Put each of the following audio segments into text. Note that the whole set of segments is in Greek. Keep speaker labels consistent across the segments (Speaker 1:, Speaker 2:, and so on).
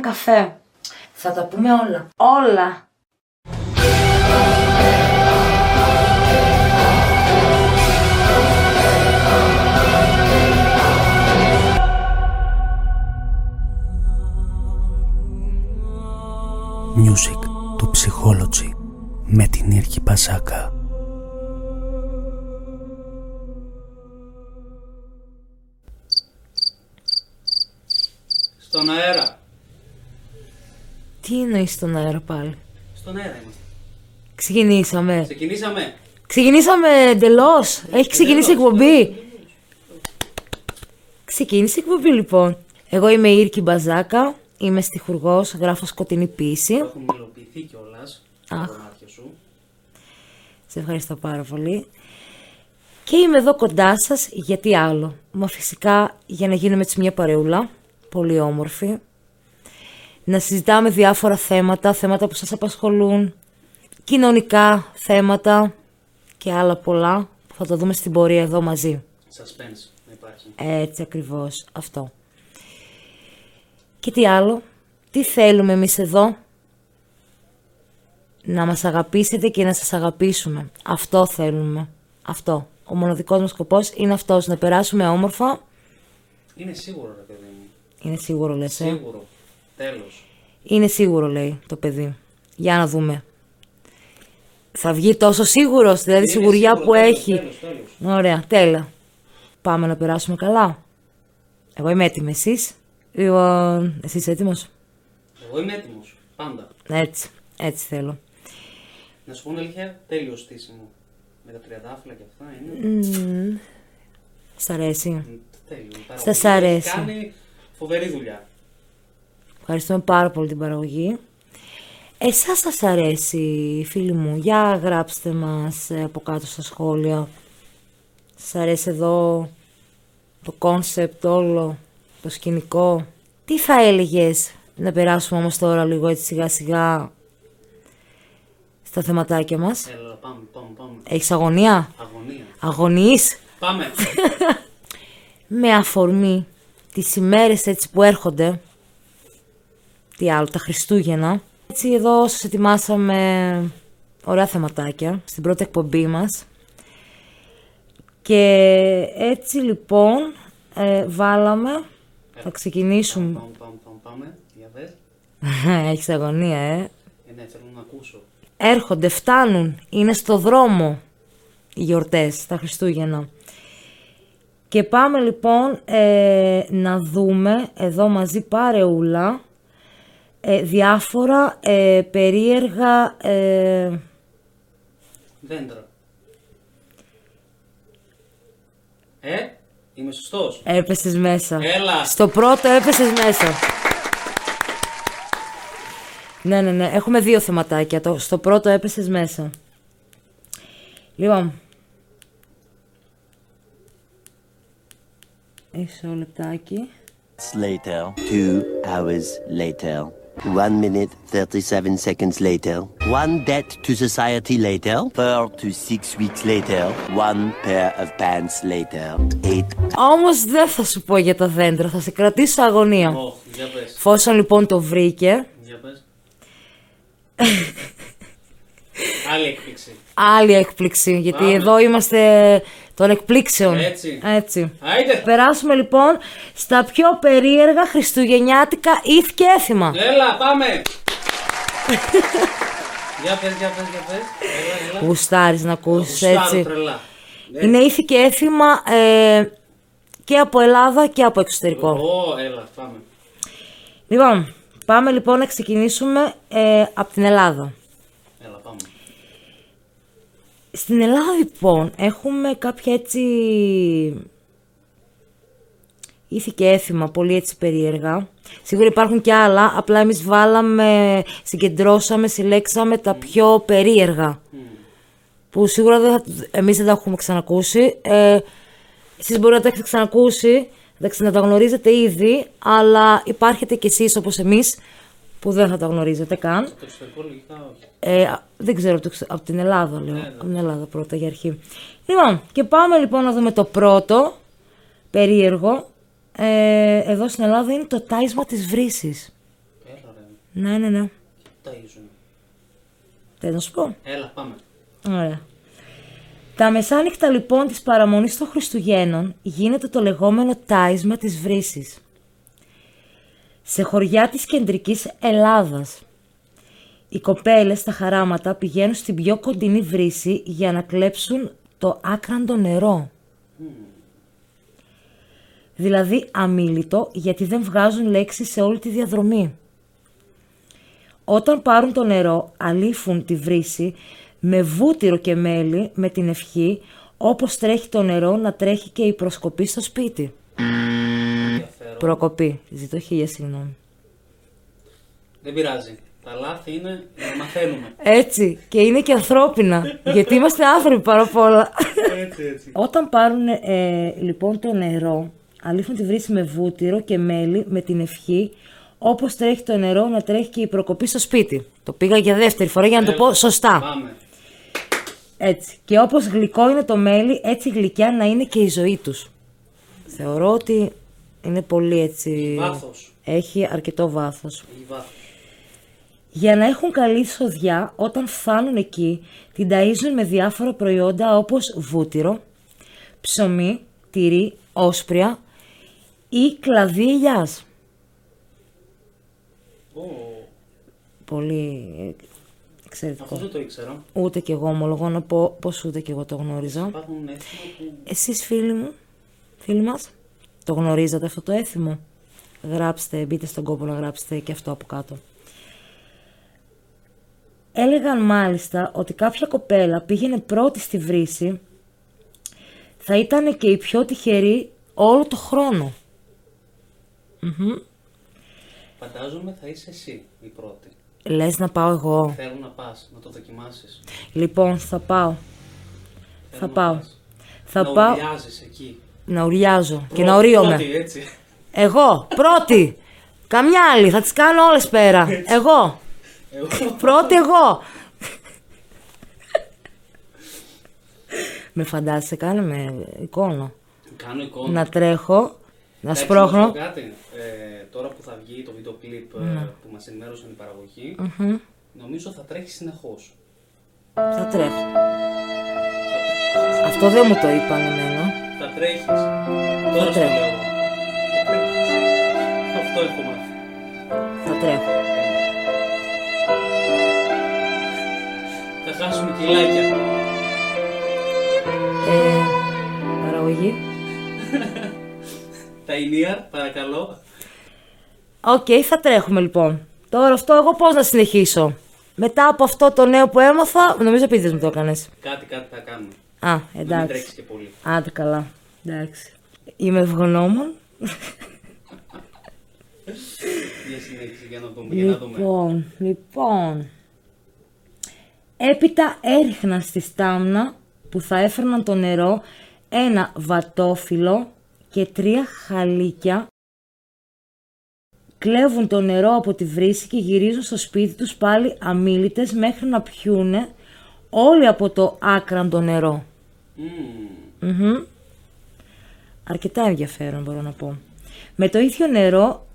Speaker 1: καφέ.
Speaker 2: Θα τα πούμε όλα.
Speaker 1: Όλα.
Speaker 3: Music του Psychology με την Ήρκη Πασάκα.
Speaker 4: Στον αέρα.
Speaker 2: Τι εννοείς στον αέρα πάλι.
Speaker 4: Στον αέρα είμαστε.
Speaker 2: Ξεκινήσαμε.
Speaker 4: Ξεκινήσαμε.
Speaker 2: Ξεκινήσαμε εντελώς. Έχει ξεκινήσει εκπομπή. Ξεκίνησε η εκπομπή λοιπόν. Εγώ είμαι η Ήρκη Μπαζάκα. Είμαι στιχουργός. Γράφω σκοτεινή
Speaker 4: Το
Speaker 2: ποίηση.
Speaker 4: έχουμε υλοποιηθεί κιόλας.
Speaker 2: Αχ.
Speaker 4: Τα κομμάτια σου.
Speaker 2: Σε ευχαριστώ πάρα πολύ. Και είμαι εδώ κοντά σας γιατί άλλο. Μα φυσικά για να γίνουμε έτσι μια παρεούλα. Πολύ όμορφη. Να συζητάμε διάφορα θέματα, θέματα που σας απασχολούν, κοινωνικά θέματα και άλλα πολλά που θα τα δούμε στην πορεία εδώ μαζί.
Speaker 4: Suspense να υπάρχει.
Speaker 2: Έτσι ακριβώς αυτό. Και τι άλλο, τι θέλουμε εμείς εδώ, να μας αγαπήσετε και να σας αγαπήσουμε. Αυτό θέλουμε, αυτό. Ο μοναδικός μας σκοπός είναι αυτός, να περάσουμε όμορφα,
Speaker 4: Είναι σίγουρο, ρε παιδί μου.
Speaker 2: είναι σίγουρο λες, ε?
Speaker 4: Σίγουρο. Τέλος.
Speaker 2: είναι σίγουρο λέει το παιδί. Για να δούμε. Θα βγει τόσο σίγουρος, δηλαδή η σιγουριά που
Speaker 4: ναι,
Speaker 2: έχει.
Speaker 4: Τέλος, τέλος.
Speaker 2: Ωραία, τέλεια. Πάμε να περάσουμε καλά. Εγώ είμαι έτοιμη, εσείς. Λοιπόν, εσύ είσαι έτοιμος.
Speaker 4: Εγώ είμαι έτοιμος. Πάντα.
Speaker 2: Έτσι, έτσι θέλω.
Speaker 4: Να σου πω την αλήθεια, τέλειο στήσιμο. Με τα τριαντάφυλλα και αυτά είναι.
Speaker 2: Μμμ. Σ' αρέσει.
Speaker 4: Τέλειο. Τα
Speaker 2: Στα σ'
Speaker 4: ρολόγια
Speaker 2: αρέσει.
Speaker 4: Κάνει φοβερή δουλειά.
Speaker 2: Ευχαριστούμε πάρα πολύ την παραγωγή. Εσάς θα σας αρέσει, φίλοι μου. Για γράψτε μας ε, από κάτω στα σχόλια. Σας αρέσει εδώ το κόνσεπτ όλο, το σκηνικό. Τι θα έλεγες να περάσουμε όμως τώρα λίγο έτσι σιγά σιγά στα θεματάκια μας.
Speaker 4: Έλα, πάμε, πάμε, πάμε.
Speaker 2: Έχεις αγωνία,
Speaker 4: Αγωνία.
Speaker 2: αγωνείς
Speaker 4: Πάμε.
Speaker 2: με αφορμή τις ημέρες έτσι που έρχονται, τι άλλο, τα Χριστούγεννα. Έτσι εδώ σας ετοιμάσαμε ωραία θεματάκια στην πρώτη εκπομπή μας. Και έτσι λοιπόν ε, βάλαμε, θα ξεκινήσουμε.
Speaker 4: πάμε, πάμε, πάμε, πάμε. Για δε.
Speaker 2: Έχεις αγωνία, ε.
Speaker 4: Ε, ναι, θέλω να ακούσω.
Speaker 2: έρχονται, φτάνουν, είναι στο δρόμο οι γιορτές, τα Χριστούγεννα. Και πάμε λοιπόν ε, να δούμε εδώ μαζί παρεούλα ε, διάφορα ε, περίεργα ε,
Speaker 4: Δέντρα. Ε, είμαι σωστός.
Speaker 2: έπεσες μέσα.
Speaker 4: Έλα.
Speaker 2: Στο πρώτο έπεσες μέσα. Ναι, ναι, ναι. Έχουμε δύο θεματάκια. Το, στο πρώτο έπεσες μέσα. Λοιπόν. Μισό λεπτάκι.
Speaker 5: minutes later, two hours later, one minute 37 seconds later, one debt to society later, four to six weeks later, one pair of pants later, eight
Speaker 2: Όμως δεν θα σου πω για τα δέντρα. Θα σε κρατήσω αγωνία.
Speaker 4: Ωχ, για πες.
Speaker 2: Φόσον λοιπόν το βρήκε,
Speaker 4: Για πες. Άλλη έκπληξη.
Speaker 2: άλλη έκπληξη. Γιατί
Speaker 4: Πάμε.
Speaker 2: εδώ είμαστε των εκπλήξεων.
Speaker 4: Έτσι.
Speaker 2: Έτσι.
Speaker 4: Άιντε.
Speaker 2: Περάσουμε λοιπόν στα πιο περίεργα χριστουγεννιάτικα ήθη και έθιμα.
Speaker 4: Έλα, πάμε. για πες, για πες, για πες. Έλα, έλα.
Speaker 2: Γουστάρεις να ακούσεις
Speaker 4: Γουστάρω
Speaker 2: έτσι.
Speaker 4: τρελά. Ναι.
Speaker 2: Είναι ήθη και έθιμα ε, και από Ελλάδα και από εξωτερικό.
Speaker 4: Ω, έλα, πάμε.
Speaker 2: Λοιπόν, πάμε λοιπόν να ξεκινήσουμε ε, από την Ελλάδα.
Speaker 4: Έλα, πάμε.
Speaker 2: Στην Ελλάδα λοιπόν έχουμε κάποια έτσι ήθη και έθιμα, πολύ έτσι περίεργα. Σίγουρα υπάρχουν και άλλα, απλά εμείς βάλαμε, συγκεντρώσαμε, συλλέξαμε τα πιο περίεργα. Που σίγουρα δεν θα, εμείς δεν τα έχουμε ξανακούσει. Ε, εσείς μπορεί να τα έχετε ξανακούσει, εντάξει, να τα γνωρίζετε ήδη, αλλά υπάρχετε κι εσείς όπως εμείς που δεν θα τα γνωρίζετε καν.
Speaker 4: Το εξωτερικό λογικά όχι.
Speaker 2: Ε, α- δεν ξέρω από, το ξε- από την Ελλάδα, λέω. Από την Ελλάδα πρώτα για αρχή. Λοιπόν, και πάμε λοιπόν να δούμε το πρώτο περίεργο. Ε, εδώ στην Ελλάδα είναι το τάισμα της βρύσης.
Speaker 4: Έλα,
Speaker 2: Ναι, ναι, ναι.
Speaker 4: Τα ίζουν.
Speaker 2: Δεν να σου πω.
Speaker 4: Έλα, πάμε.
Speaker 2: Ωραία. Τα μεσάνυχτα λοιπόν της παραμονής των Χριστουγέννων γίνεται το λεγόμενο τάισμα της βρύσης. Σε χωριά της κεντρικής Ελλάδας. Οι κοπέλες στα χαράματα πηγαίνουν στην πιο κοντινή βρύση για να κλέψουν το άκραντο νερό. Δηλαδή αμήλυτο γιατί δεν βγάζουν λέξη σε όλη τη διαδρομή. Όταν πάρουν το νερό, αλήφουν τη βρύση με βούτυρο και μέλι με την ευχή, όπως τρέχει το νερό να τρέχει και η προσκοπή στο σπίτι.
Speaker 4: Ενδιαφέρον.
Speaker 2: Προκοπή. Ζητώ χίλια συγγνώμη.
Speaker 4: Δεν πειράζει. Τα λάθη είναι να μαθαίνουμε.
Speaker 2: Έτσι. Και είναι και ανθρώπινα. γιατί είμαστε άνθρωποι παρά απ' όλα.
Speaker 4: έτσι, έτσι.
Speaker 2: Όταν πάρουν ε, λοιπόν το νερό, αλήφουν τη βρύση με βούτυρο και μέλι με την ευχή, όπως τρέχει το νερό να τρέχει και η προκοπή στο σπίτι. Το πήγα για δεύτερη φορά για να
Speaker 4: Ε,
Speaker 2: το πω σωστά.
Speaker 4: Πάμε.
Speaker 2: Έτσι. Και όπως γλυκό είναι το μέλι, έτσι γλυκιά να είναι και η ζωή τους. Θεωρώ ότι είναι πολύ έτσι...
Speaker 4: Βάθος.
Speaker 2: Έχει αρκετό βάθος.
Speaker 4: Έχει βάθος.
Speaker 2: Για να έχουν καλή σοδιά όταν φτάνουν εκεί, την ταΐζουν με διάφορα προϊόντα όπως βούτυρο, ψωμί, τυρί, όσπρια ή κλαδί ελιάς.
Speaker 4: Ω,
Speaker 2: Πολύ ε,
Speaker 4: Αυτό
Speaker 2: εξαιρετικό.
Speaker 4: δεν το ήξερα.
Speaker 2: Ούτε κι εγώ ομολογώ να πω πως ούτε κι εγώ το γνώριζα.
Speaker 4: Υπάρχουν έθιμοι που
Speaker 2: Εσείς φίλοι μου, φίλοι μας, το γνωρίζατε αυτό το έθιμο. Γράψτε, μπείτε στον κόπο να γράψετε και αυτό από κάτω. Έλεγαν μάλιστα ότι κάποια κοπέλα πήγαινε πρώτη στη βρύση θα ήταν και η πιο τυχερή όλο το χρόνο.
Speaker 4: φαντάζομαι θα είσαι εσύ η πρώτη.
Speaker 2: Λες να πάω εγώ.
Speaker 4: Θέλω να πας, να το δοκιμάσεις.
Speaker 2: Λοιπόν, θα πάω.
Speaker 4: Θέλω
Speaker 2: Θα
Speaker 4: να
Speaker 2: πάω.
Speaker 4: πας.
Speaker 2: Θα
Speaker 4: Ε, να
Speaker 2: πάω
Speaker 4: ουρλιάζεις εκεί.
Speaker 2: να ουριάζω και
Speaker 4: Πρώτη,
Speaker 2: να ορίομαι.
Speaker 4: πρώτη, έτσι.
Speaker 2: Εγώ, πρώτη. Καμιά άλλη, θα τις κάνω όλες πέρα. Εγώ.
Speaker 4: Εγώ.
Speaker 2: Πρώτη εγώ. με φαντάζεσαι, κάνε με εικόνα.
Speaker 4: Κάνω εικόνα.
Speaker 2: να τρέχω, να
Speaker 4: Εντάξει, να σου πω
Speaker 2: σπρώχνω.
Speaker 4: κάτι. Ε, τώρα που θα βγει το βίντεο κλιπ ε,
Speaker 2: Ναι.
Speaker 4: που μας ενημέρωσαν η παραγωγη νομίζω θα τρέχει συνεχώς.
Speaker 2: Θα τρέχω. Αυτό δεν μου το είπαν εμένα.
Speaker 4: Θα τρέχεις. Τώρα στο
Speaker 2: τρέχω.
Speaker 4: λέω. Θα τρέχεις. Αυτό έχω μάθει.
Speaker 2: Θα τρέχω.
Speaker 4: Θα χάσουμε κιλάκια.
Speaker 2: Ε, παραγωγή.
Speaker 4: Τα ενία, παρακαλώ.
Speaker 2: Οκ, θα τρέχουμε λοιπόν. Τώρα αυτό εγώ πώς να συνεχίσω. Μετά από αυτό το νέο που έμαθα, νομίζω επειδή μου το έκανες.
Speaker 4: Κάτι, κάτι θα κάνουμε.
Speaker 2: Α,
Speaker 4: Να Μην τρέξεις
Speaker 2: εντάξει.
Speaker 4: και πολύ.
Speaker 2: Άντε καλά. Εντάξει. Είμαι ευγνώμων.
Speaker 4: Μια συνέχιση για να δούμε. Για να δούμε.
Speaker 2: Λοιπόν, λοιπόν. Έπειτα έριχναν στη στάμνα που θα έφερναν το νερό ένα βατόφυλλο και τρία χαλίκια. Κλέβουν το νερό από τη βρύση και γυρίζουν στο σπίτι τους πάλι αμήλυτες μέχρι να πιούνε όλοι από το άκραντο νερό.
Speaker 4: Μμμ.
Speaker 2: Μμμ. Αρκετά ενδιαφέρον μπορώ να πω. Με το ίδιο νερό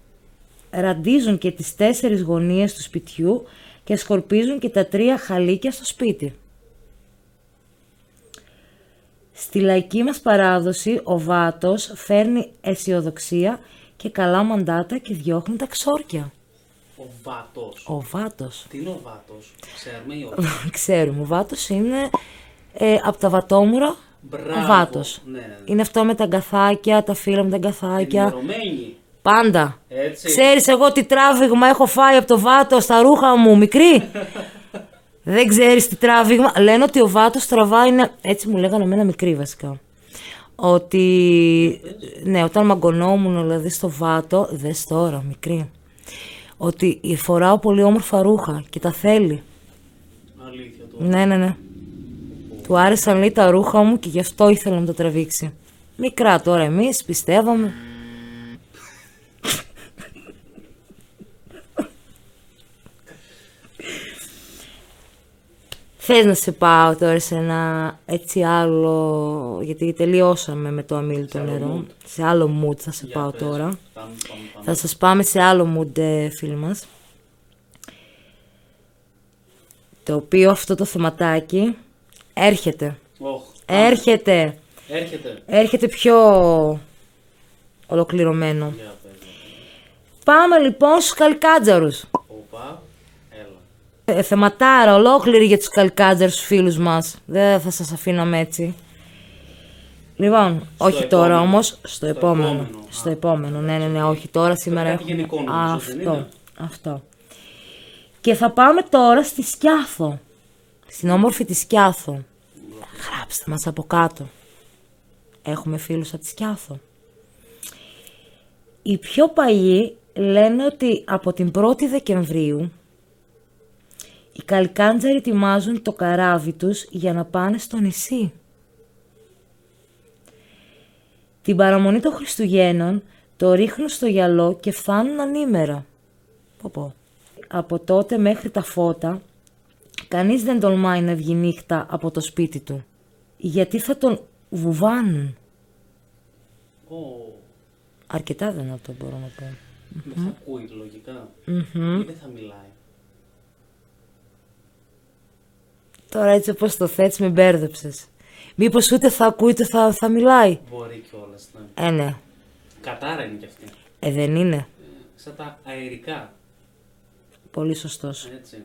Speaker 2: ραντίζουν και τις τέσσερις γωνίες του σπιτιού και σκορπίζουν και τα τρία χαλίκια στο σπίτι. Στη λαϊκή μας παράδοση ο βάτος φέρνει αισιοδοξία και καλά μαντάτα και διώχνει τα ξόρκια.
Speaker 4: Ο βάτος.
Speaker 2: Ο βάτος.
Speaker 4: Τι είναι ο βάτος. Ξέρουμε ή όχι.
Speaker 2: Ξέρουμε, ο βάτος είναι ε, από τα βατόμουρα
Speaker 4: Μπράβο.
Speaker 2: ο βάτος.
Speaker 4: Ναι, ναι, ναι.
Speaker 2: Είναι αυτό με τα αγκαθάκια, τα φύλλα με τα αγκαθάκια.
Speaker 4: Ενημερωμένοι.
Speaker 2: Πάντα.
Speaker 4: Έτσι.
Speaker 2: Ξέρεις εγώ τι τράβηγμα έχω φάει από το βάτος στα ρούχα μου, μικρή. Δεν ξέρεις τι τράβηγμα. Λένε ότι ο βάτος τραβάει, να- έτσι μου λέγανε εμένα μικρή βασικά. Ότι, ναι, όταν μαγκωνόμουν δηλαδή στο βάτο, δες τώρα μικρή, ότι φοράω πολύ όμορφα ρούχα και τα θέλει.
Speaker 4: Αλήθεια του.
Speaker 2: Ναι, ναι, ναι. Του άρεσαν λέει τα ρούχα μου και γι' αυτό ήθελα να τα τραβήξει. Μικρά τώρα εμείς, πιστεύαμε. Θες να σε πάω τώρα σε ένα έτσι άλλο, γιατί τελειώσαμε με το αμήλυτο νερό. Σε άλλο mood θα σε
Speaker 4: Για
Speaker 2: πάω
Speaker 4: πες.
Speaker 2: τώρα.
Speaker 4: Πάμε, πάμε, πάμε.
Speaker 2: Θα σας πάμε σε άλλο mood, ε, φίλοι μας. Το οποίο αυτό το θεματάκι έρχεται.
Speaker 4: Οχ,
Speaker 2: Ε- Έρχεται.
Speaker 4: έρχεται.
Speaker 2: Έρχεται πιο ολοκληρωμένο.
Speaker 4: Για παιδιά.
Speaker 2: Πάμε λοιπόν στους καλκάτζαρους.
Speaker 4: Οπα, έλα.
Speaker 2: Ε, θεματάρα ολόκληρη για τους καλκάτζαρους φίλους μας. Δεν θα σας αφήναμε έτσι. Λοιπόν, όχι
Speaker 4: επόμενο.
Speaker 2: τώρα όμως, στο, επόμενο.
Speaker 4: επόμενο.
Speaker 2: Στο
Speaker 4: Α,
Speaker 2: επόμενο, ναι, ναι, ναι, όχι τώρα, σήμερα
Speaker 4: κάτι
Speaker 2: έχουμε...
Speaker 4: γενικό νομίζω, δεν
Speaker 2: αυτό,
Speaker 4: είναι?
Speaker 2: αυτό. Και θα πάμε τώρα στη Σκιάθο. Στην όμορφη τη Σκιάθο. Γράψτε μας από κάτω. Έχουμε φίλους από τη Σκιάθο. Οι πιο παλιοί λένε ότι από την 1η Δεκεμβρίου οι καλκάντζαροι ετοιμάζουν το καράβι τους για να πάνε στο νησί. Την παραμονή των Χριστουγέννων το ρίχνουν στο γυαλό και φτάνουν ανήμερα. Πω πω. Από τότε μέχρι τα φώτα, κανείς δεν τολμάει να βγει νύχτα από το σπίτι του. Γιατί θα τον βουβάνουν.
Speaker 4: Ω,
Speaker 2: Αρκετά δεν αυτό μπορώ να πω.
Speaker 4: δεν θα ακούει λογικά. Ή δεν θα μιλάει.
Speaker 2: Τώρα έτσι όπως το θέτεις με μπέρδεψες. Μήπως ούτε θα ακούει ούτε θα, θα μιλάει.
Speaker 4: Μπορεί κιόλας. Ναι.
Speaker 2: Ε, ναι.
Speaker 4: Κατάρα είναι κι αυτή.
Speaker 2: Ε, δεν είναι.
Speaker 4: Σαν τα αερικά.
Speaker 2: Πολύ σωστός.
Speaker 4: Έτσι.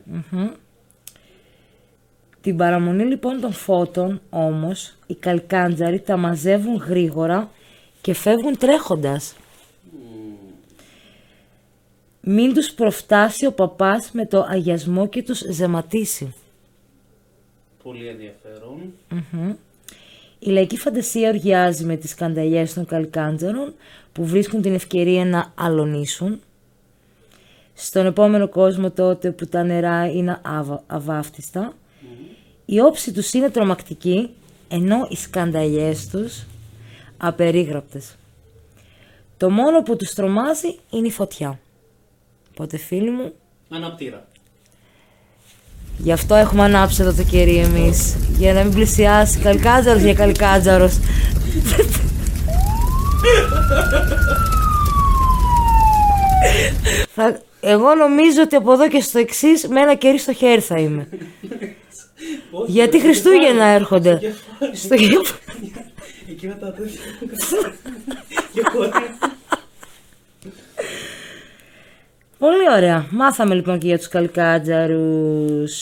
Speaker 2: Την παραμονή λοιπόν των φώτων όμως οι καλκάντζαροι τα μαζεύουν γρήγορα και φεύγουν τρέχοντας. Μην τους προφτάσει ο παπάς με το αγιασμό και τους ζεματίσει.
Speaker 4: Πολύ ενδιαφέρον.
Speaker 2: Η λαϊκή φαντασία οργιάζει με τις κανταλιές των καλκάντζαρων που βρίσκουν την ευκαιρία να αλωνίσουν. Στον επόμενο κόσμο τότε που τα νερά είναι αβα, αβάφτιστα, η όψη τους είναι τρομακτική, ενώ οι σκανταλιές τους απερίγραπτες. Το μόνο που τους τρομάζει είναι η φωτιά. Οπότε φίλοι μου,
Speaker 4: Αναπτήρα.
Speaker 2: Γι' αυτό έχουμε ανάψει εδώ το κερί εμείς. Για να μην πλησιάσει καλκάτζαρο για καλκάτζαρο. θα... Εγώ νομίζω ότι από εδώ και στο εξής με ένα κερί στο χέρι θα είμαι.
Speaker 4: Όχι,
Speaker 2: Γιατί
Speaker 4: στο
Speaker 2: Χριστούγεννα
Speaker 4: κεφάλι,
Speaker 2: έρχονται. Στο
Speaker 4: στο κεφάλι.
Speaker 2: κεφάλι.
Speaker 4: Εκείνα τα τέτοια. Και χωρί.
Speaker 2: Πολύ ωραία. Μάθαμε λοιπόν και για τους καλκάτζαρους.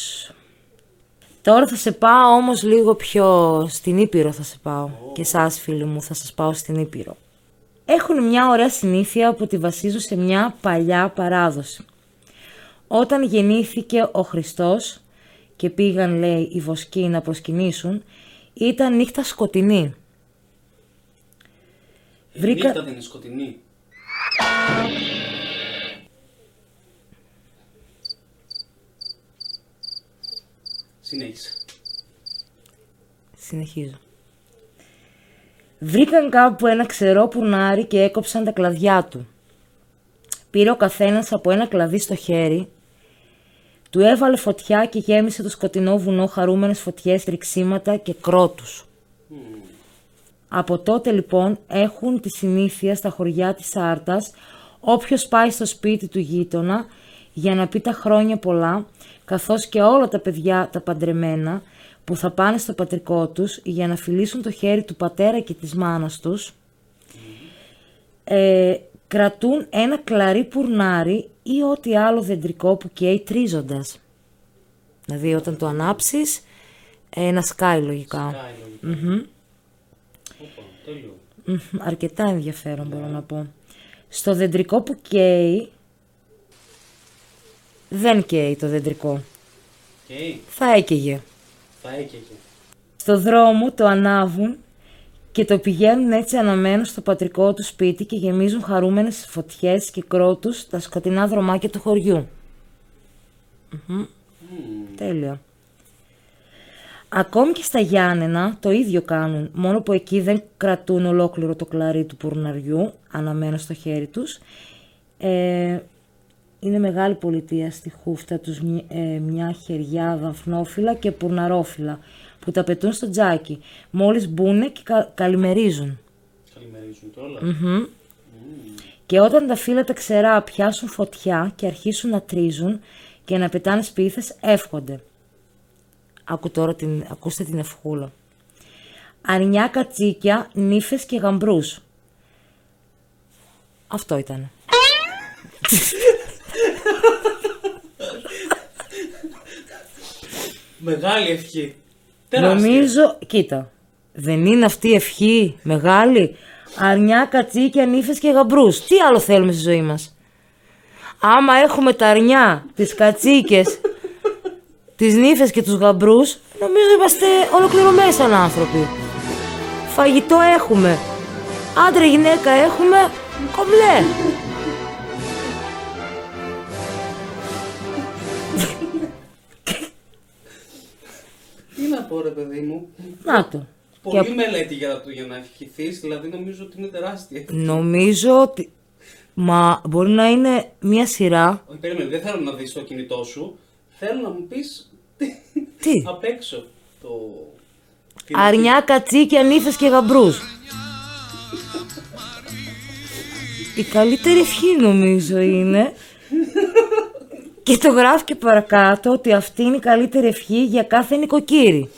Speaker 2: Τώρα θα σε πάω όμως λίγο πιο στην Ήπειρο θα σε πάω. Και εσάς φίλοι μου θα σας πάω στην Ήπειρο. Έχουν μια ωραία συνήθεια που τη βασίζουν σε μια παλιά παράδοση. Όταν γεννήθηκε ο Χριστός και πήγαν λέει οι βοσκοί να προσκυνήσουν, ήταν νύχτα σκοτεινή. Βρήκα-
Speaker 4: Βρήκα... Ε, Νύχτα δεν είναι σκοτεινή. Συνέχισε.
Speaker 2: Συνεχίζω. Βρήκαν κάπου ένα ξερό πουρνάρι και έκοψαν τα κλαδιά του. Πήρε ο καθένας από ένα κλαδί στο χέρι, του έβαλε φωτιά και γέμισε το σκοτεινό βουνό χαρούμενες φωτιές, ρηξίματα και κρότους. Από τότε λοιπόν έχουν τη συνήθεια στα χωριά της Άρτας όποιος πάει στο σπίτι του γείτονα για να πει τα χρόνια πολλά καθώς και όλα τα παιδιά τα παντρεμένα που θα πάνε στο πατρικό τους για να φιλήσουν το χέρι του πατέρα και της μάνας τους ε, κρατούν ένα κλαρί πουρνάρι ή ό,τι άλλο δεντρικό που καίει τρίζοντας. Δηλαδή όταν το ανάψεις ε, να σκάει λογικά.
Speaker 4: Σκάει λογικά. Όπα, τέλειο.
Speaker 2: Μμμ, Αρκετά ενδιαφέρον μπορώ να πω. Στο δεντρικό που καίει. Δεν καίει το δεντρικό.
Speaker 4: Και
Speaker 2: Θα έκαιγε.
Speaker 4: θα έκαιγε.
Speaker 2: Στο δρόμο το ανάβουν και το πηγαίνουν έτσι αναμένο στο πατρικό του σπίτι και γεμίζουν χαρούμενες φωτιές και κρότους τα σκοτεινά δρομάκια του χωριού. Μμμ. Τέλεια. Ακόμη και στα Γιάννενα το ίδιο κάνουν, μόνο που εκεί δεν κρατούν ολόκληρο το κλαρί του πουρναριού αναμένο στο χέρι τους. Ε, είναι μεγάλη πολιτεία στη χούφτα τους μι- ε, μια χεριά δαφνόφυλλα και πουρναρόφυλλα που τα πετούν στο τζάκι. Μόλις μπούνε και κα- καλημερίζουν.
Speaker 4: Καλημερίζουν κιόλα.
Speaker 2: Και όταν τα φύλλα τα ξερά πιάσουν φωτιά και αρχίσουν να τρίζουν και να πετάνε σπίθες, εύχονται. Άκου τώρα την, ακούστε την ευχούλα. Αρνιά, κατσίκια, νύφες και γαμπρούς. Αυτό ήταν.
Speaker 4: Μεγάλη ευχή. Τεράστια.
Speaker 2: Νομίζω, κοίτα, δεν είναι αυτή η ευχή μεγάλη. Αρνιά, κατσίκια, νύφες και γαμπρούς. Τι άλλο θέλουμε στη ζωή μας. Άμα έχουμε τα αρνιά, τις κατσίκες, τις νύφες και τους γαμπρούς, νομίζω είμαστε ολοκληρωμένοι σαν άνθρωποι. Φαγητό έχουμε. Άντρα γυναίκα έχουμε. Κομπλέ.
Speaker 4: Τι να πω ρε παιδί μου.
Speaker 2: Να το.
Speaker 4: Πολύ
Speaker 2: Και-
Speaker 4: μελέτη για να, το- για να ευχηθείς, δηλαδή νομίζω ότι είναι τεράστια.
Speaker 2: Νομίζω ότι... Μα μπορεί να είναι μια σειρά.
Speaker 4: Όχι, Ε, περίμενε, δεν θέλω να δεις το κινητό σου. Θέλω να μου πεις τι-
Speaker 2: Τι?
Speaker 4: απ' έξω το...
Speaker 2: Αρνιά, κατσίκια, νύφες και γαμπρούς. Η καλύτερη ευχή νομίζω είναι. και το γράφει και παρακάτω ότι αυτή είναι η καλύτερη ευχή για κάθε νοικοκύρη.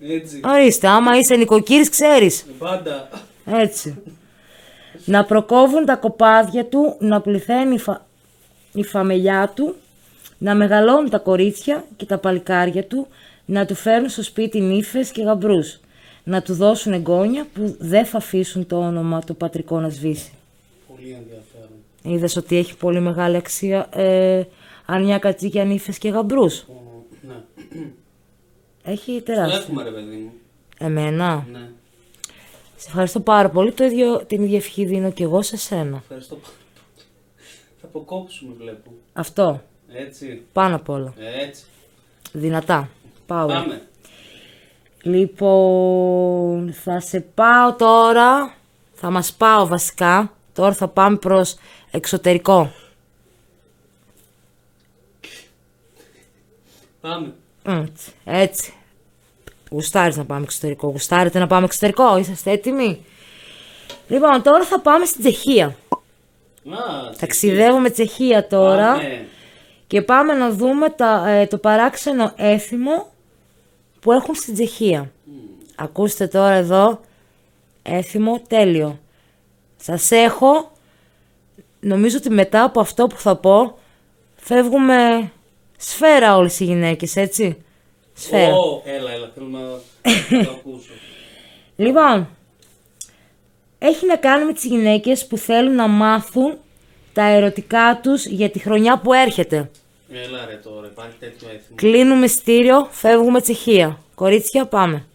Speaker 4: Έτσι.
Speaker 2: Ορίστε, άμα είσαι νοικοκύρης ξέρεις.
Speaker 4: Πάντα.
Speaker 2: Έτσι. να προκόβουν τα κοπάδια του, να πληθαίνει η, φα... η φαμελιά του, να μεγαλώνουν τα κορίτσια και τα παλικάρια του, να του φέρουν στο σπίτι νύφες και γαμπρούς, να του δώσουν εγγόνια που δεν θα αφήσουν το όνομα το πατρικό να σβήσει.
Speaker 4: Πολύ ενδιαφέρον.
Speaker 2: Είδες ότι έχει πολύ μεγάλη αξία ε, αρνιά κατσίκια, νύφες και γαμπρούς.
Speaker 4: Ο, ναι.
Speaker 2: Έχει
Speaker 4: Το
Speaker 2: τεράστιο.
Speaker 4: έχουμε ρε παιδί μου.
Speaker 2: Εμένα.
Speaker 4: Ναι.
Speaker 2: Σε ευχαριστώ πάρα πολύ. Το ίδιο, την ίδια ευχή δίνω και εγώ σε σένα.
Speaker 4: Ευχαριστώ πάρα πολύ. Θα αποκόψουμε βλέπω.
Speaker 2: Αυτό.
Speaker 4: Έτσι.
Speaker 2: Πάνω απ' όλα.
Speaker 4: Έτσι.
Speaker 2: Δυνατά. Πάω.
Speaker 4: Πάμε.
Speaker 2: Λοιπόν, θα σε πάω τώρα. Θα μας πάω βασικά. Τώρα θα πάμε προς εξωτερικό.
Speaker 4: Πάμε.
Speaker 2: Έτσι. Έτσι. Γουστάρεις να πάμε εξωτερικό. Γουστάρετε να πάμε εξωτερικό. Είσαστε έτοιμοι. Λοιπόν, τώρα θα πάμε στην Τσεχία.
Speaker 4: Α,
Speaker 2: Ταξιδεύουμε Τσεχία τώρα.
Speaker 4: Πάμε.
Speaker 2: Και πάμε να δούμε τα, ε, το παράξενο έθιμο που έχουν στην Τσεχία. Ακούστε τώρα εδώ, έθιμο τέλειο. Σας έχω, νομίζω ότι μετά από αυτό που θα πω, φεύγουμε σφαίρα όλες οι γυναίκες, έτσι. Σφαίρα.
Speaker 4: Ω, έλα, έλα, θέλω να να το ακούσω.
Speaker 2: Λοιπόν, έχει να κάνει με τις γυναίκες που θέλουν να μάθουν τα ερωτικά τους για τη χρονιά που έρχεται.
Speaker 4: Έλα ρε τώρα, υπάρχει τέτοιο έθιμο.
Speaker 2: Κλείνουμε στήριο, φεύγουμε Τσεχία. Κορίτσια, πάμε.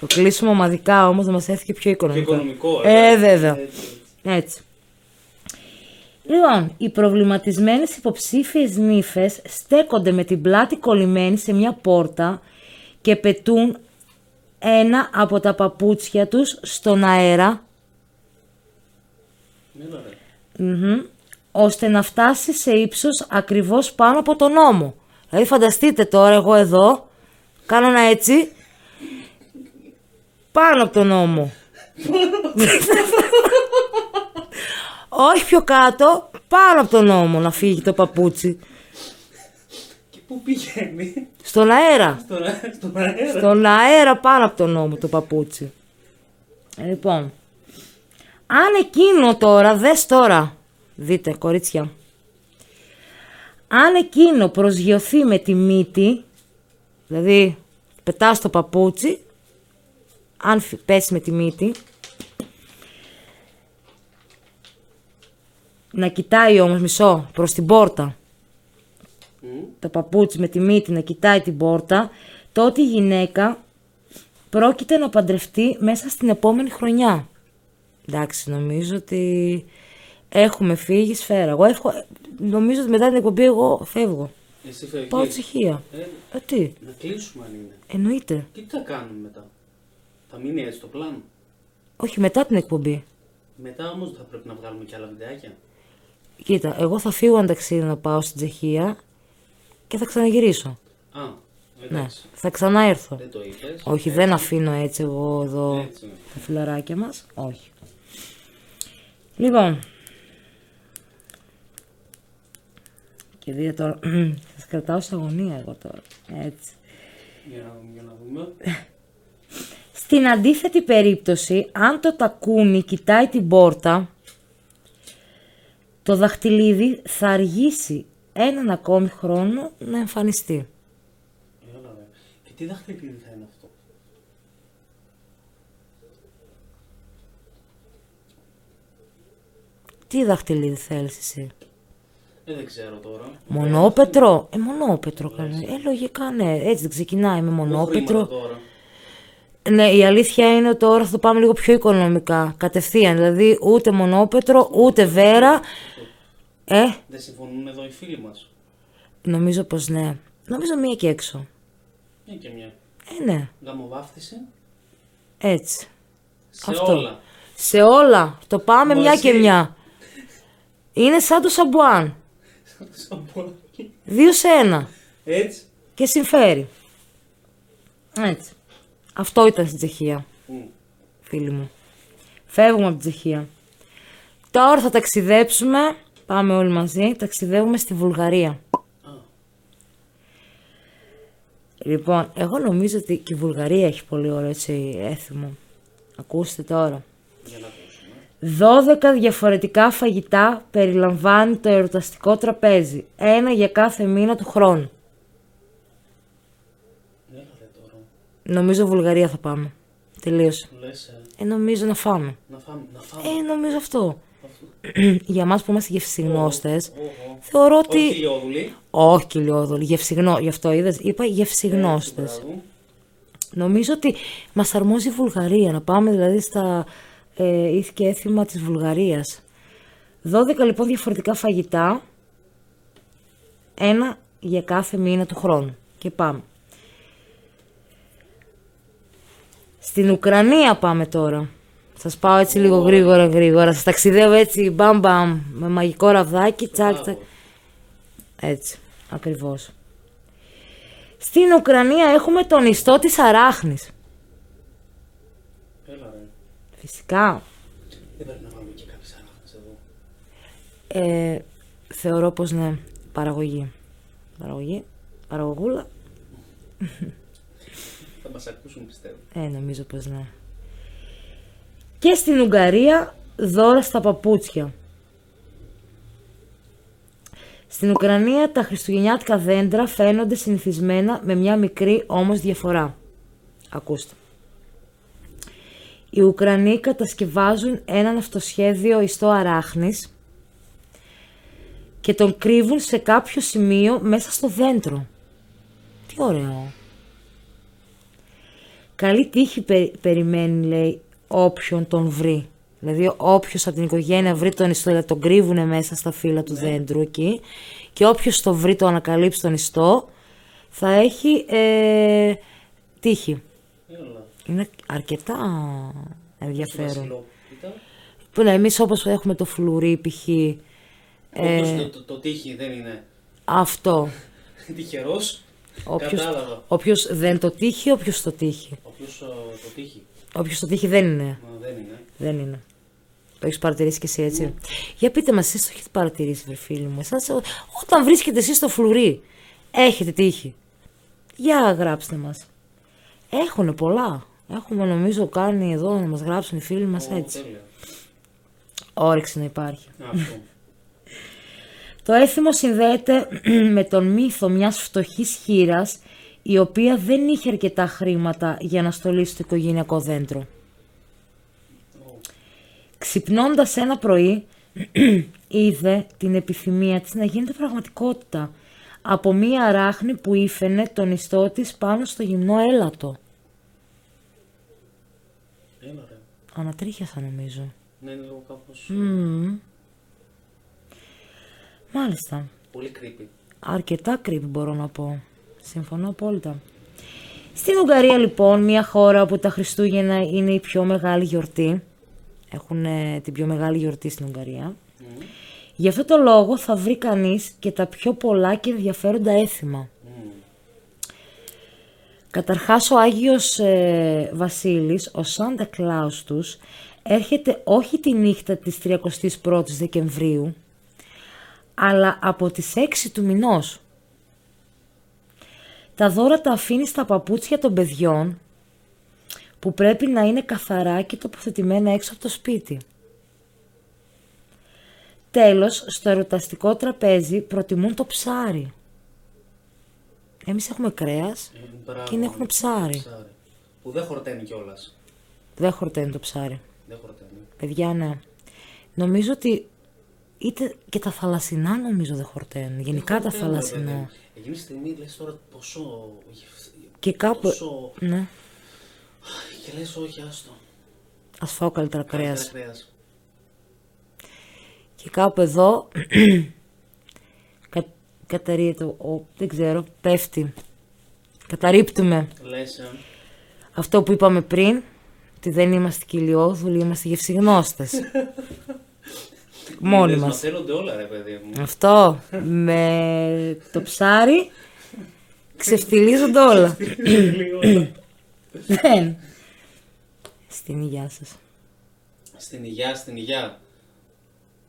Speaker 2: το κλείσουμε ομαδικά όμως, να μας έρθει και πιο
Speaker 4: Και
Speaker 2: οικονομικό.
Speaker 4: οικονομικό,
Speaker 2: Ε, βέβαια.
Speaker 4: Έτσι.
Speaker 2: Έτσι. Λοιπόν, οι προβληματισμένες υποψήφιες νύφες στέκονται με την πλάτη κολλημένη σε μια πόρτα και πετούν ένα από τα παπούτσια τους στον αέρα
Speaker 4: Έλα ρε.
Speaker 2: ώστε να φτάσει σε ύψος ακριβώς πάνω από τον νόμο. Δηλαδή φανταστείτε τώρα εγώ εδώ, κάνω ένα έτσι, πάνω από τον νόμο. Όχι πιο κάτω, πάνω από τον νόμο να φύγει το παπούτσι.
Speaker 4: Και πού πηγαίνει,
Speaker 2: Στον αέρα.
Speaker 4: στον, αέρα- στον αέρα.
Speaker 2: Στον αέρα πάνω από τον νόμο το παπούτσι. Λοιπόν, αν εκείνο τώρα, δες τώρα, δείτε κορίτσια, αν εκείνο προσγειωθεί με τη μύτη, δηλαδή πετάς το παπούτσι, αν φυ- πέσεις με τη μύτη, να κοιτάει όμως μισό προς την πόρτα, το παπούτσι με τη μύτη να κοιτάει την πόρτα, τότε η γυναίκα πρόκειται να παντρευτεί μέσα στην επόμενη χρονιά. Εντάξει, νομίζω ότι έχουμε φύγει σφαίρα. Εγώ εύχο... νομίζω ότι μετά την εκπομπή εγώ φεύγω.
Speaker 4: Εσύ φεύγεις.
Speaker 2: Πάω ψυχία.
Speaker 4: Ε,
Speaker 2: Ε, τι,
Speaker 4: να κλείσουμε αν είναι.
Speaker 2: εννοείται.
Speaker 4: Και τι θα κάνουμε μετά. Θα μείνει έτσι το πλάνο.
Speaker 2: Όχι, μετά την εκπομπή.
Speaker 4: Μετά όμως θα πρέπει να βγάλουμε και άλλα βιντεάκια.
Speaker 2: Κοίτα, εγώ θα φύγω ένα ταξίδι να πάω στην Τσεχία και θα ξαναγυρίσω.
Speaker 4: Α,
Speaker 2: Ναι,
Speaker 4: εντάξει.
Speaker 2: θα ξαναέρθω.
Speaker 4: Δεν το είπες.
Speaker 2: Ναι. Όχι, δεν αφήνω έτσι εγώ εδώ.
Speaker 4: Έτσι.
Speaker 2: τα φιλαράκια μας. Όχι. Λοιπόν, Και δείτε τώρα. Σα κρατάω σε αγωνία εγώ τώρα. Έτσι.
Speaker 4: Για να, για να δούμε.
Speaker 2: Στην αντίθετη περίπτωση, αν το τακούνι κοιτάει την πόρτα, το δαχτυλίδι θα αργήσει έναν ακόμη χρόνο να εμφανιστεί.
Speaker 4: Έλα, ρε. Και τι δαχτυλίδι θα είναι αυτό.
Speaker 2: Τι δαχτυλίδι θέλεις εσύ.
Speaker 4: Ε, δεν ξέρω τώρα.
Speaker 2: Μονόπετρο. Ε, μονόπετρο καλέ. Ε, λογικά ναι. Έτσι δεν ξεκινάει με
Speaker 4: Ε, Χρήματα
Speaker 2: μονόπετρο.
Speaker 4: τώρα.
Speaker 2: Ναι, η αλήθεια είναι ότι τώρα θα το πάμε λίγο πιο οικονομικά. Κατευθείαν. Δηλαδή ούτε μονόπετρο, ούτε βέρα. Ε,
Speaker 4: Δεν συμφωνούν εδώ οι φίλοι μας.
Speaker 2: νομίζω πως ναι. Νομίζω μία και έξω.
Speaker 4: Μια και μια.
Speaker 2: Ε, ναι.
Speaker 4: Γαμοβάφτιση.
Speaker 2: Έτσι.
Speaker 4: Σε
Speaker 2: Αυτό.
Speaker 4: όλα.
Speaker 2: Σε όλα. Το πάμε μια
Speaker 4: Μαζί.
Speaker 2: και μια. Είναι σαν το σαμπουάν.
Speaker 4: Σαν το σαμπουάκι.
Speaker 2: Δύο σε ένα.
Speaker 4: Έτσι.
Speaker 2: Και συμφέρει. Έτσι. Αυτό ήταν στην Τσεχία.
Speaker 4: Μμ.
Speaker 2: Φίλοι μου. Φεύγουμε από την Τσεχία. Τώρα θα ταξιδέψουμε. Πάμε όλοι μαζί. Ταξιδεύουμε στη Βουλγαρία. Λοιπόν, εγώ νομίζω ότι και η Βουλγαρία έχει πολύ ωραίο έτσι έθιμο. Ακούστε τώρα. 12 διαφορετικά φαγητά περιλαμβάνει το ερωταστικό τραπέζι. Ένα για κάθε μήνα του χρόνου.
Speaker 4: Έλα ρε τώρα.
Speaker 2: Νομίζω Βουλγαρία θα πάμε. Τελείωσε.
Speaker 4: Λες ε,
Speaker 2: Ε, νομίζω να φάμε.
Speaker 4: να φάμε. Να φάμε.
Speaker 2: Ε, νομίζω αυτό. για μας που είμαστε γευσιγνώστες,
Speaker 4: Ω, ω.
Speaker 2: θεωρώ
Speaker 4: Όχι
Speaker 2: ότι...
Speaker 4: ηλιόδουλοι.
Speaker 2: Όχι, κυλιόδολη, γευσιγνώ, γι' αυτό είδες, είπα γευσιγνώστες.
Speaker 4: Μπράβο.
Speaker 2: Νομίζω ότι μας αρμόζει η Βουλγαρία, να πάμε δηλαδή στα ε, ήθη και έθιμα της Βουλγαρίας. 12 λοιπόν διαφορετικά φαγητά, ένα για κάθε μήνα του χρόνου. Και πάμε. Στην Ουκρανία πάμε τώρα. Σας πάω έτσι λίγο γρήγορα γρήγορα. Σας ταξιδεύω έτσι μπαμ μπαμ με μαγικό ραβδάκι τσακ τσακ. Έτσι, ακριβώς. Στην Ουκρανία έχουμε τον ιστό της αράχνης.
Speaker 4: Έλα ρε.
Speaker 2: Φυσικά.
Speaker 4: Δεν πρέπει να βάλουμε και κάποιες αράχνες εδώ.
Speaker 2: Ε, θεωρώ πως ναι, παραγωγή. Παραγωγή, παραγωγούλα.
Speaker 4: Θα μας ακούσουν πιστεύω.
Speaker 2: Ε, νομίζω πως ναι. Και στην Ουγγαρία, δώρα στα παπούτσια. Στην Ουκρανία τα χριστουγεννιάτικα δέντρα φαίνονται συνηθισμένα με μια μικρή όμως διαφορά. Ακούστε. Οι Ουκρανοί κατασκευάζουν έναν αυτοσχέδιο ιστό αράχνης και τον κρύβουν σε κάποιο σημείο μέσα στο δέντρο. Τι ωραίο. Καλή τύχη πε- περιμένει, λέει, όποιον τον βρει. Δηλαδή, όποιος από την οικογένεια βρει τον ιστό, δηλαδή τον κρύβουνε μέσα στα φύλλα του δέντρου εκεί, και όποιος το βρει, το ανακαλύψει τον ιστό, θα έχει ε, τύχη.
Speaker 4: Έλα.
Speaker 2: Είναι αρκετά Ε, ενδιαφέρον.
Speaker 4: Βασιλόπιτα.
Speaker 2: Που να εμείς όπως έχουμε το φλουρί, π.χ. Ε.
Speaker 4: Όντως, το- το- Το τύχη δεν είναι
Speaker 2: Αυτό.
Speaker 4: τυχερός.
Speaker 2: Όποιος,
Speaker 4: Κατάλαβα.
Speaker 2: όποιος δεν το τύχει, όποιος το τύχει.
Speaker 4: Όποιος ε, το τύχει.
Speaker 2: Όποιος το τύχει δεν είναι.
Speaker 4: Μα δεν είναι.
Speaker 2: Δεν είναι. Το έχεις παρατηρήσει κι εσύ έτσι. Για πείτε μας, εσείς το έχετε παρατηρήσει, βρε φίλοι μου. Εσάς, ό- όταν βρίσκετε εσείς στο φλουρί, έχετε τύχη. Για γράψτε μας. Έχουν πολλά. Έχουμε νομίζω κάνει εδώ να μας γράψουν οι φίλοι μας
Speaker 4: Ω,
Speaker 2: έτσι.
Speaker 4: τέλεια.
Speaker 2: Όρεξη να υπάρχει.
Speaker 4: Α, Αυτό.
Speaker 2: Το έθιμο συνδέεται με τον μύθο μιας φτωχής χείρας η οποία δεν είχε αρκετά χρήματα για να στολίσει το οικογενειακό δέντρο. Ξυπνώντας ένα πρωί, είδε την επιθυμία της να γίνεται πραγματικότητα από μία αράχνη που ήφαινε τον ιστό της πάνω στο γυμνό έλατο.
Speaker 4: Έλα ρε.
Speaker 2: Ανατρίχιασα νομίζω.
Speaker 4: Ναι, είναι λίγο κάπως
Speaker 2: Μάλιστα.
Speaker 4: πολύ creepy.
Speaker 2: αρκετά creepy μπορώ να πω. Συμφωνώ απόλυτα. Στην Ουγγαρία λοιπόν, μια χώρα που τα Χριστούγεννα είναι η πιο μεγάλη γιορτή. Έχουν ε, την πιο μεγάλη γιορτή στην Ουγγαρία. Γι' αυτό το λόγο θα βρει κανείς και τα πιο πολλά και ενδιαφέροντα έθιμα. Καταρχάς ο Άγιος ε, Βασίλης, ο Σάντα Κλάους τους, έρχεται όχι τη νύχτα της 31ης Δεκεμβρίου, αλλά από τις 6 του μηνός. Τα δώρα τα αφήνεις στα παπούτσια των παιδιών που πρέπει να είναι καθαρά και τοποθετημένα έξω από το σπίτι. Τέλος, στο ερωταστικό τραπέζι προτιμούν το ψάρι. Εμείς έχουμε κρέας
Speaker 4: Μπράβο.
Speaker 2: και είναι έχουν ψάρι.
Speaker 4: Που δεν χορταίνει κιόλας.
Speaker 2: Δεν χορταίνει το ψάρι.
Speaker 4: Δεν χορταίνει.
Speaker 2: Παιδιά, ναι. Νομίζω ότι είτε και τα θαλασσινά νομίζω δεν χορταίνουν. Γενικά τα
Speaker 4: Χορταίνει, ρε παιδί μου.
Speaker 2: θαλασσινά.
Speaker 4: Εκείνη τη στιγμή λες τώρα πόσο. γευ-
Speaker 2: Και κάπου...
Speaker 4: Πόσο.
Speaker 2: Ναι.
Speaker 4: Και λες, όχι, άστο.
Speaker 2: Ας φάω καλύτερα κρέας.
Speaker 4: Καλύτερα κρέας.
Speaker 2: Και κάπου εδώ κα, καταρρύεται, ο, δεν ξέρω, πέφτει. Καταρρύπτουμε
Speaker 4: Λες.
Speaker 2: αυτό που είπαμε πριν, ότι δεν είμαστε κοιλιόδουλοι, είμαστε γευσιγνώστες. Μόνοι μας.
Speaker 4: Μαθαίνονται όλα, ρε παιδί μου.
Speaker 2: Αυτό με το ψάρι ξεφτιλίζονται όλα. ε. Δεν. Στην υγειά σας.
Speaker 4: στην υγειά, στην υγειά.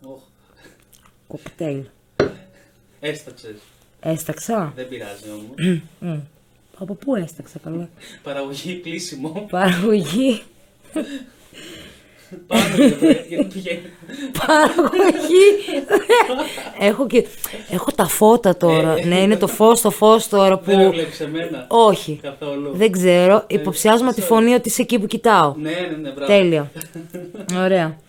Speaker 4: Οχ,
Speaker 2: Κοκτέιλ.
Speaker 4: έσταξες.
Speaker 2: Έσταξα.
Speaker 4: Δεν πειράζει όμως.
Speaker 2: Ε. Από πού έσταξα καλά.
Speaker 4: Παραγωγή κλείσιμο.
Speaker 2: Παραγωγή.
Speaker 4: Πάμε, ρε, γιατί πηγαίνει.
Speaker 2: Παραγωγή. έχω, και... έχω τα φώτα τώρα. ναι, είναι το φως, το φως τώρα
Speaker 4: Ε, Δεν
Speaker 2: που...
Speaker 4: βλέπει εμένα.
Speaker 2: Όχι.
Speaker 4: Καθόλου.
Speaker 2: Δεν ξέρω. Υποψιάζομαι τη φωνή ότι είσαι εκεί που κοιτάω.
Speaker 4: Ναι, ναι, ναι, μπράβο.
Speaker 2: Τέλεια. Ωραία.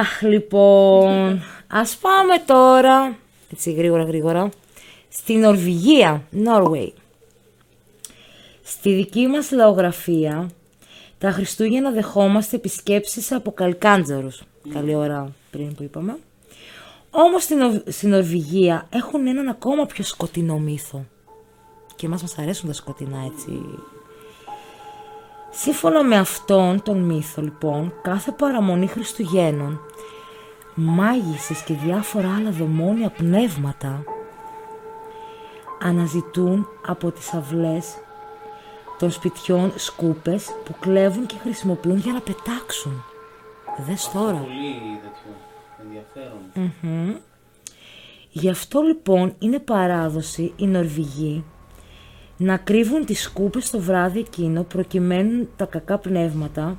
Speaker 2: Αχ, λοιπόν. Ας πάμε τώρα, έτσι γρήγορα γρήγορα, στη Νορβηγία, Norway. Στη δική μας λαογραφία, τα Χριστούγεννα δεχόμαστε επισκέψεις από καλκάντζαρους. Καλή ώρα πριν που είπαμε. Όμως στην, Νορ- στη Νορβηγία έχουν έναν ακόμα πιο σκοτεινό μύθο. Και μας μας αρέσουν τα σκοτεινά έτσι Σύμφωνα με αυτόν τον μύθο λοιπόν, κάθε παραμονή Χριστουγέννων, μάγισσες και διάφορα άλλα δαιμόνια πνεύματα αναζητούν από τις αυλές των σπιτιών σκούπες που κλέβουν και χρησιμοποιούν για να πετάξουν. Δες τώρα.
Speaker 4: Πολύ τέτοιο ενδιαφέρον.
Speaker 2: Γι' αυτό λοιπόν είναι παράδοση οι Νορβηγοί να κρύβουν τις σκούπες το βράδυ εκείνο προκειμένου τα κακά πνεύματα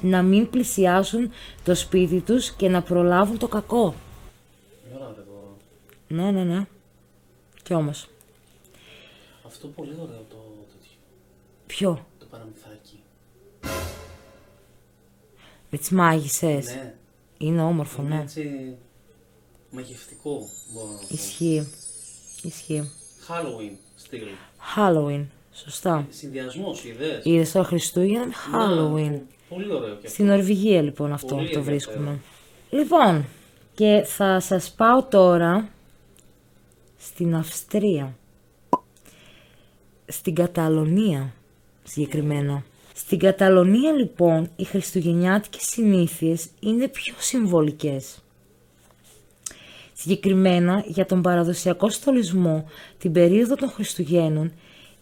Speaker 2: να μην πλησιάσουν το σπίτι τους και να προλάβουν το κακό.
Speaker 4: Ωραία, ρε, το-
Speaker 2: Ναι, ναι, ναι. Κι όμως.
Speaker 4: Αυτό πολύ ωραίο το τέτοιο.
Speaker 2: Ποιο.
Speaker 4: Το παραμυθάκι.
Speaker 2: Με τις μάγισσες.
Speaker 4: Ναι.
Speaker 2: Είναι όμορφο,
Speaker 4: Είναι
Speaker 2: ναι.
Speaker 4: έτσι μαγευτικό μπορώ να πω.
Speaker 2: Ισχύει. Ισχύει.
Speaker 4: Halloween στυλ.
Speaker 2: Halloween. Σωστά.
Speaker 4: Συνδυασμός, ιδέες.
Speaker 2: Είδες τώρα Χριστούγεννα με Halloween.
Speaker 4: Πολύ ωραίο και αυτό.
Speaker 2: Στην Νορβηγία λοιπόν αυτό
Speaker 4: Πολύ
Speaker 2: το
Speaker 4: ενδιαφέρον.
Speaker 2: βρίσκουμε. Λοιπόν, και θα σας πάω τώρα στην Αυστρία. Στην Καταλωνία συγκεκριμένα. Στην Καταλωνία λοιπόν οι χριστουγεννιάτικες συνήθειες είναι πιο συμβολικές. Συγκεκριμένα για τον παραδοσιακό στολισμό την περίοδο των Χριστουγέννων,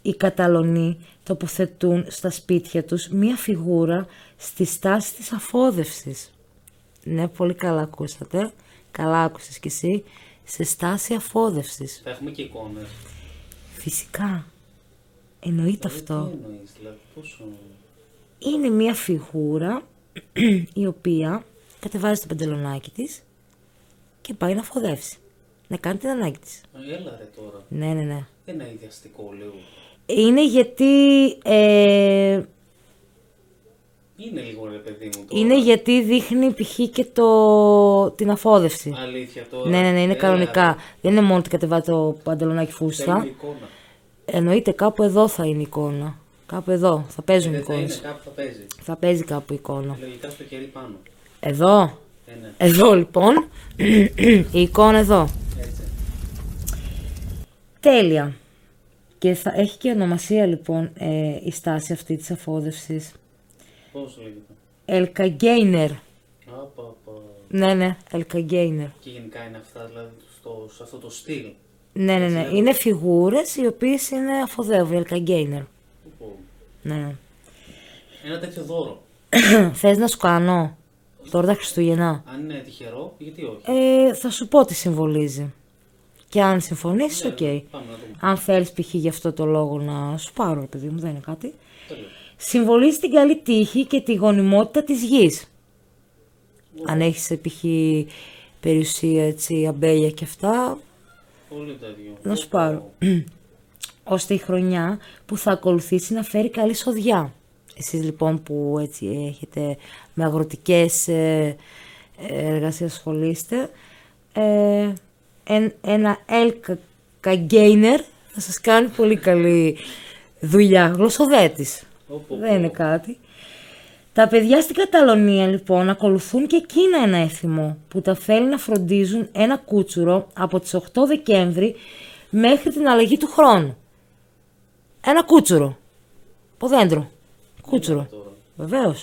Speaker 2: οι Καταλονοί τοποθετούν στα σπίτια τους μία φιγούρα στη στάση της αφόδευσης. Ναι, πολύ καλά ακούσατε. Καλά άκουσες κι εσύ. Σε στάση αφόδευσης.
Speaker 4: Θα έχουμε και εικόνες.
Speaker 2: Φυσικά. Εννοείται αυτό.
Speaker 4: Τι εννοείς, δηλαδή πόσο.
Speaker 2: είναι μια φιγούρα η οποία κατεβάζει το παντελονάκι της και πάει να φοδεύσει. Να κάνει την ανάγκη της.
Speaker 4: Έλα ρε τώρα.
Speaker 2: Ναι, ναι, ναι.
Speaker 4: Ένα ιδιαστικό λίγο.
Speaker 2: Είναι γιατί, ε,
Speaker 4: Είναι λίγο ρε παιδί μου τώρα.
Speaker 2: είναι γιατί δείχνει π.χ. και το, την αφόδευση.
Speaker 4: Αλήθεια τώρα. Ε,
Speaker 2: ναι, ναι, ναι, είναι
Speaker 4: Έλα,
Speaker 2: κανονικά.
Speaker 4: ρε.
Speaker 2: Δεν είναι μόνο ότι κατεβάζει το παντελονάκι
Speaker 4: Θέλει
Speaker 2: φούστα.
Speaker 4: εικόνα.
Speaker 2: Εννοείται κάπου εδώ θα είναι η εικόνα. Κάπου εδώ θα παίζουν
Speaker 4: Δεν Ε, θα είναι
Speaker 2: εικόνες.
Speaker 4: κάπου θα παίζει.
Speaker 2: Θα παίζει κάπου η εικόνα.
Speaker 4: Λογικά στο κερί πάνω.
Speaker 2: Εδώ.
Speaker 4: Ε, ναι.
Speaker 2: Εδώ λοιπόν. η εικόνα εδώ.
Speaker 4: Έτσι.
Speaker 2: Τέλεια. Και θα έχει και ονομασία λοιπόν ε, η στάση αυτή της αφόδευσης.
Speaker 4: Πώς λέγεται.
Speaker 2: Ελκαγκέινερ.
Speaker 4: Απα, απα.
Speaker 2: Ναι, ναι, Ελκαγκέινερ.
Speaker 4: Και γενικά είναι αυτά δηλαδή στο, σε αυτό το στυλ.
Speaker 2: Ναι, ναι, ναι.
Speaker 4: λέγονται.
Speaker 2: Είναι φιγούρες οι οποίες είναι αφοδεύουν, Ελκαγκέινερ.
Speaker 4: Πω, πω.
Speaker 2: Ναι, ναι.
Speaker 4: Ένα τέτοιο δώρο.
Speaker 2: Θες να σου κάνω. Τώρα τα Χριστούγεννα.
Speaker 4: Αν είναι τυχερό, γιατί όχι.
Speaker 2: Ε, θα σου πω τι συμβολίζει. Και αν συμφωνήσεις, οκ.
Speaker 4: Ναι, Πάμε να δούμε.
Speaker 2: Αν θέλεις π.χ. γι' αυτό το λόγο να σου πάρω, ρε παιδί μου, δεν είναι κάτι.
Speaker 4: Τέλεια.
Speaker 2: Συμβολίζει την καλή τύχη και τη γονιμότητα της γης.
Speaker 4: Ναι.
Speaker 2: Αν έχεις π.χ. περιουσία, έτσι, αμπέλια και αυτά,
Speaker 4: Πολύ το ίδιο.
Speaker 2: Να σου πάρω. ώστε η χρονιά που θα ακολουθήσει να φέρει καλή σοδιά. Εσείς λοιπόν που έτσι έχετε με αγροτικές ε, ε, εργασίες ασχολείστε, ε, εν- ένα ελκα καγκέινερ θα σας κάνει πολύ καλή δουλειά. Γλωσσοδέτης.
Speaker 4: Όπου,
Speaker 2: Δεν είναι κάτι. Τα παιδιά στην Καταλωνία λοιπόν ακολουθούν και εκείνα ένα έθιμο που τα φέρει να φροντίζουν ένα κούτσουρο από τις 8 Δεκέμβρη μέχρι την αλλαγή του χρόνου. Ένα κούτσουρο. Από δέντρο. Κούτσουρο.
Speaker 4: τώρα.
Speaker 2: Βεβαίω.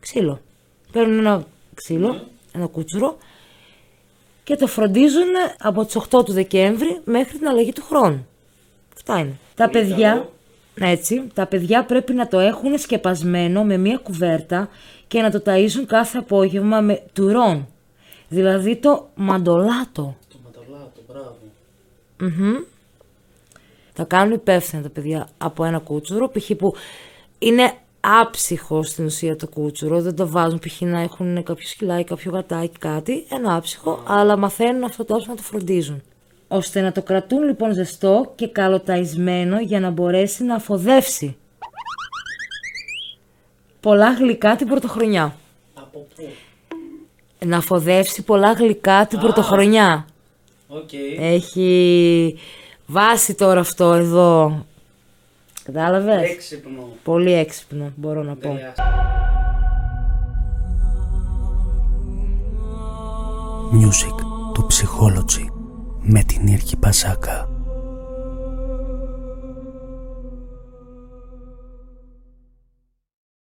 Speaker 2: Ξύλο. Παίρνουν ένα ξύλο, ένα κούτσουρο και το φροντίζουν από τις 8 του Δεκέμβρη μέχρι την αλλαγή του χρόνου. Αυτά είναι. Τα
Speaker 4: Πολύ
Speaker 2: παιδιά, Ναι,
Speaker 4: καλό.
Speaker 2: έτσι, τα παιδιά πρέπει να το έχουν σκεπασμένο με μία κουβέρτα και να το ταΐζουν κάθε απόγευμα με τουρόν. Δηλαδή το μαντολάτο.
Speaker 4: Το ματαλάτο, μπράβο.
Speaker 2: Τα κάνουν υπεύθυνα τα παιδιά από ένα κούτσουρο, π.χ. που είναι άψυχο στην ουσία το κούτσουρο, δεν το βάζουν π.χ. να έχουν κάποιο σκυλάκι, κάποιο γατάκι, κάτι, ένα άψυχο, αλλά μαθαίνουν αυτό το άψυχο να το φροντίζουν. Ώστε να το κρατούν λοιπόν ζεστό και καλοταϊσμένο για να μπορέσει να αφοδεύσει. Πολλά γλυκά την πρωτοχρονιά.
Speaker 4: Από πού.
Speaker 2: Ε, Να αφοδεύσει πολλά γλυκά την πρωτοχρονιά.
Speaker 4: Οκ.
Speaker 2: Έχει βάση τώρα αυτό εδώ. Κατάλαβες.
Speaker 4: Έξυπνο.
Speaker 2: Πολύ έξυπνο μπορώ να πω.
Speaker 4: Τελειά.
Speaker 3: Music, το Psychology, με την Ήρκη Πασάκα.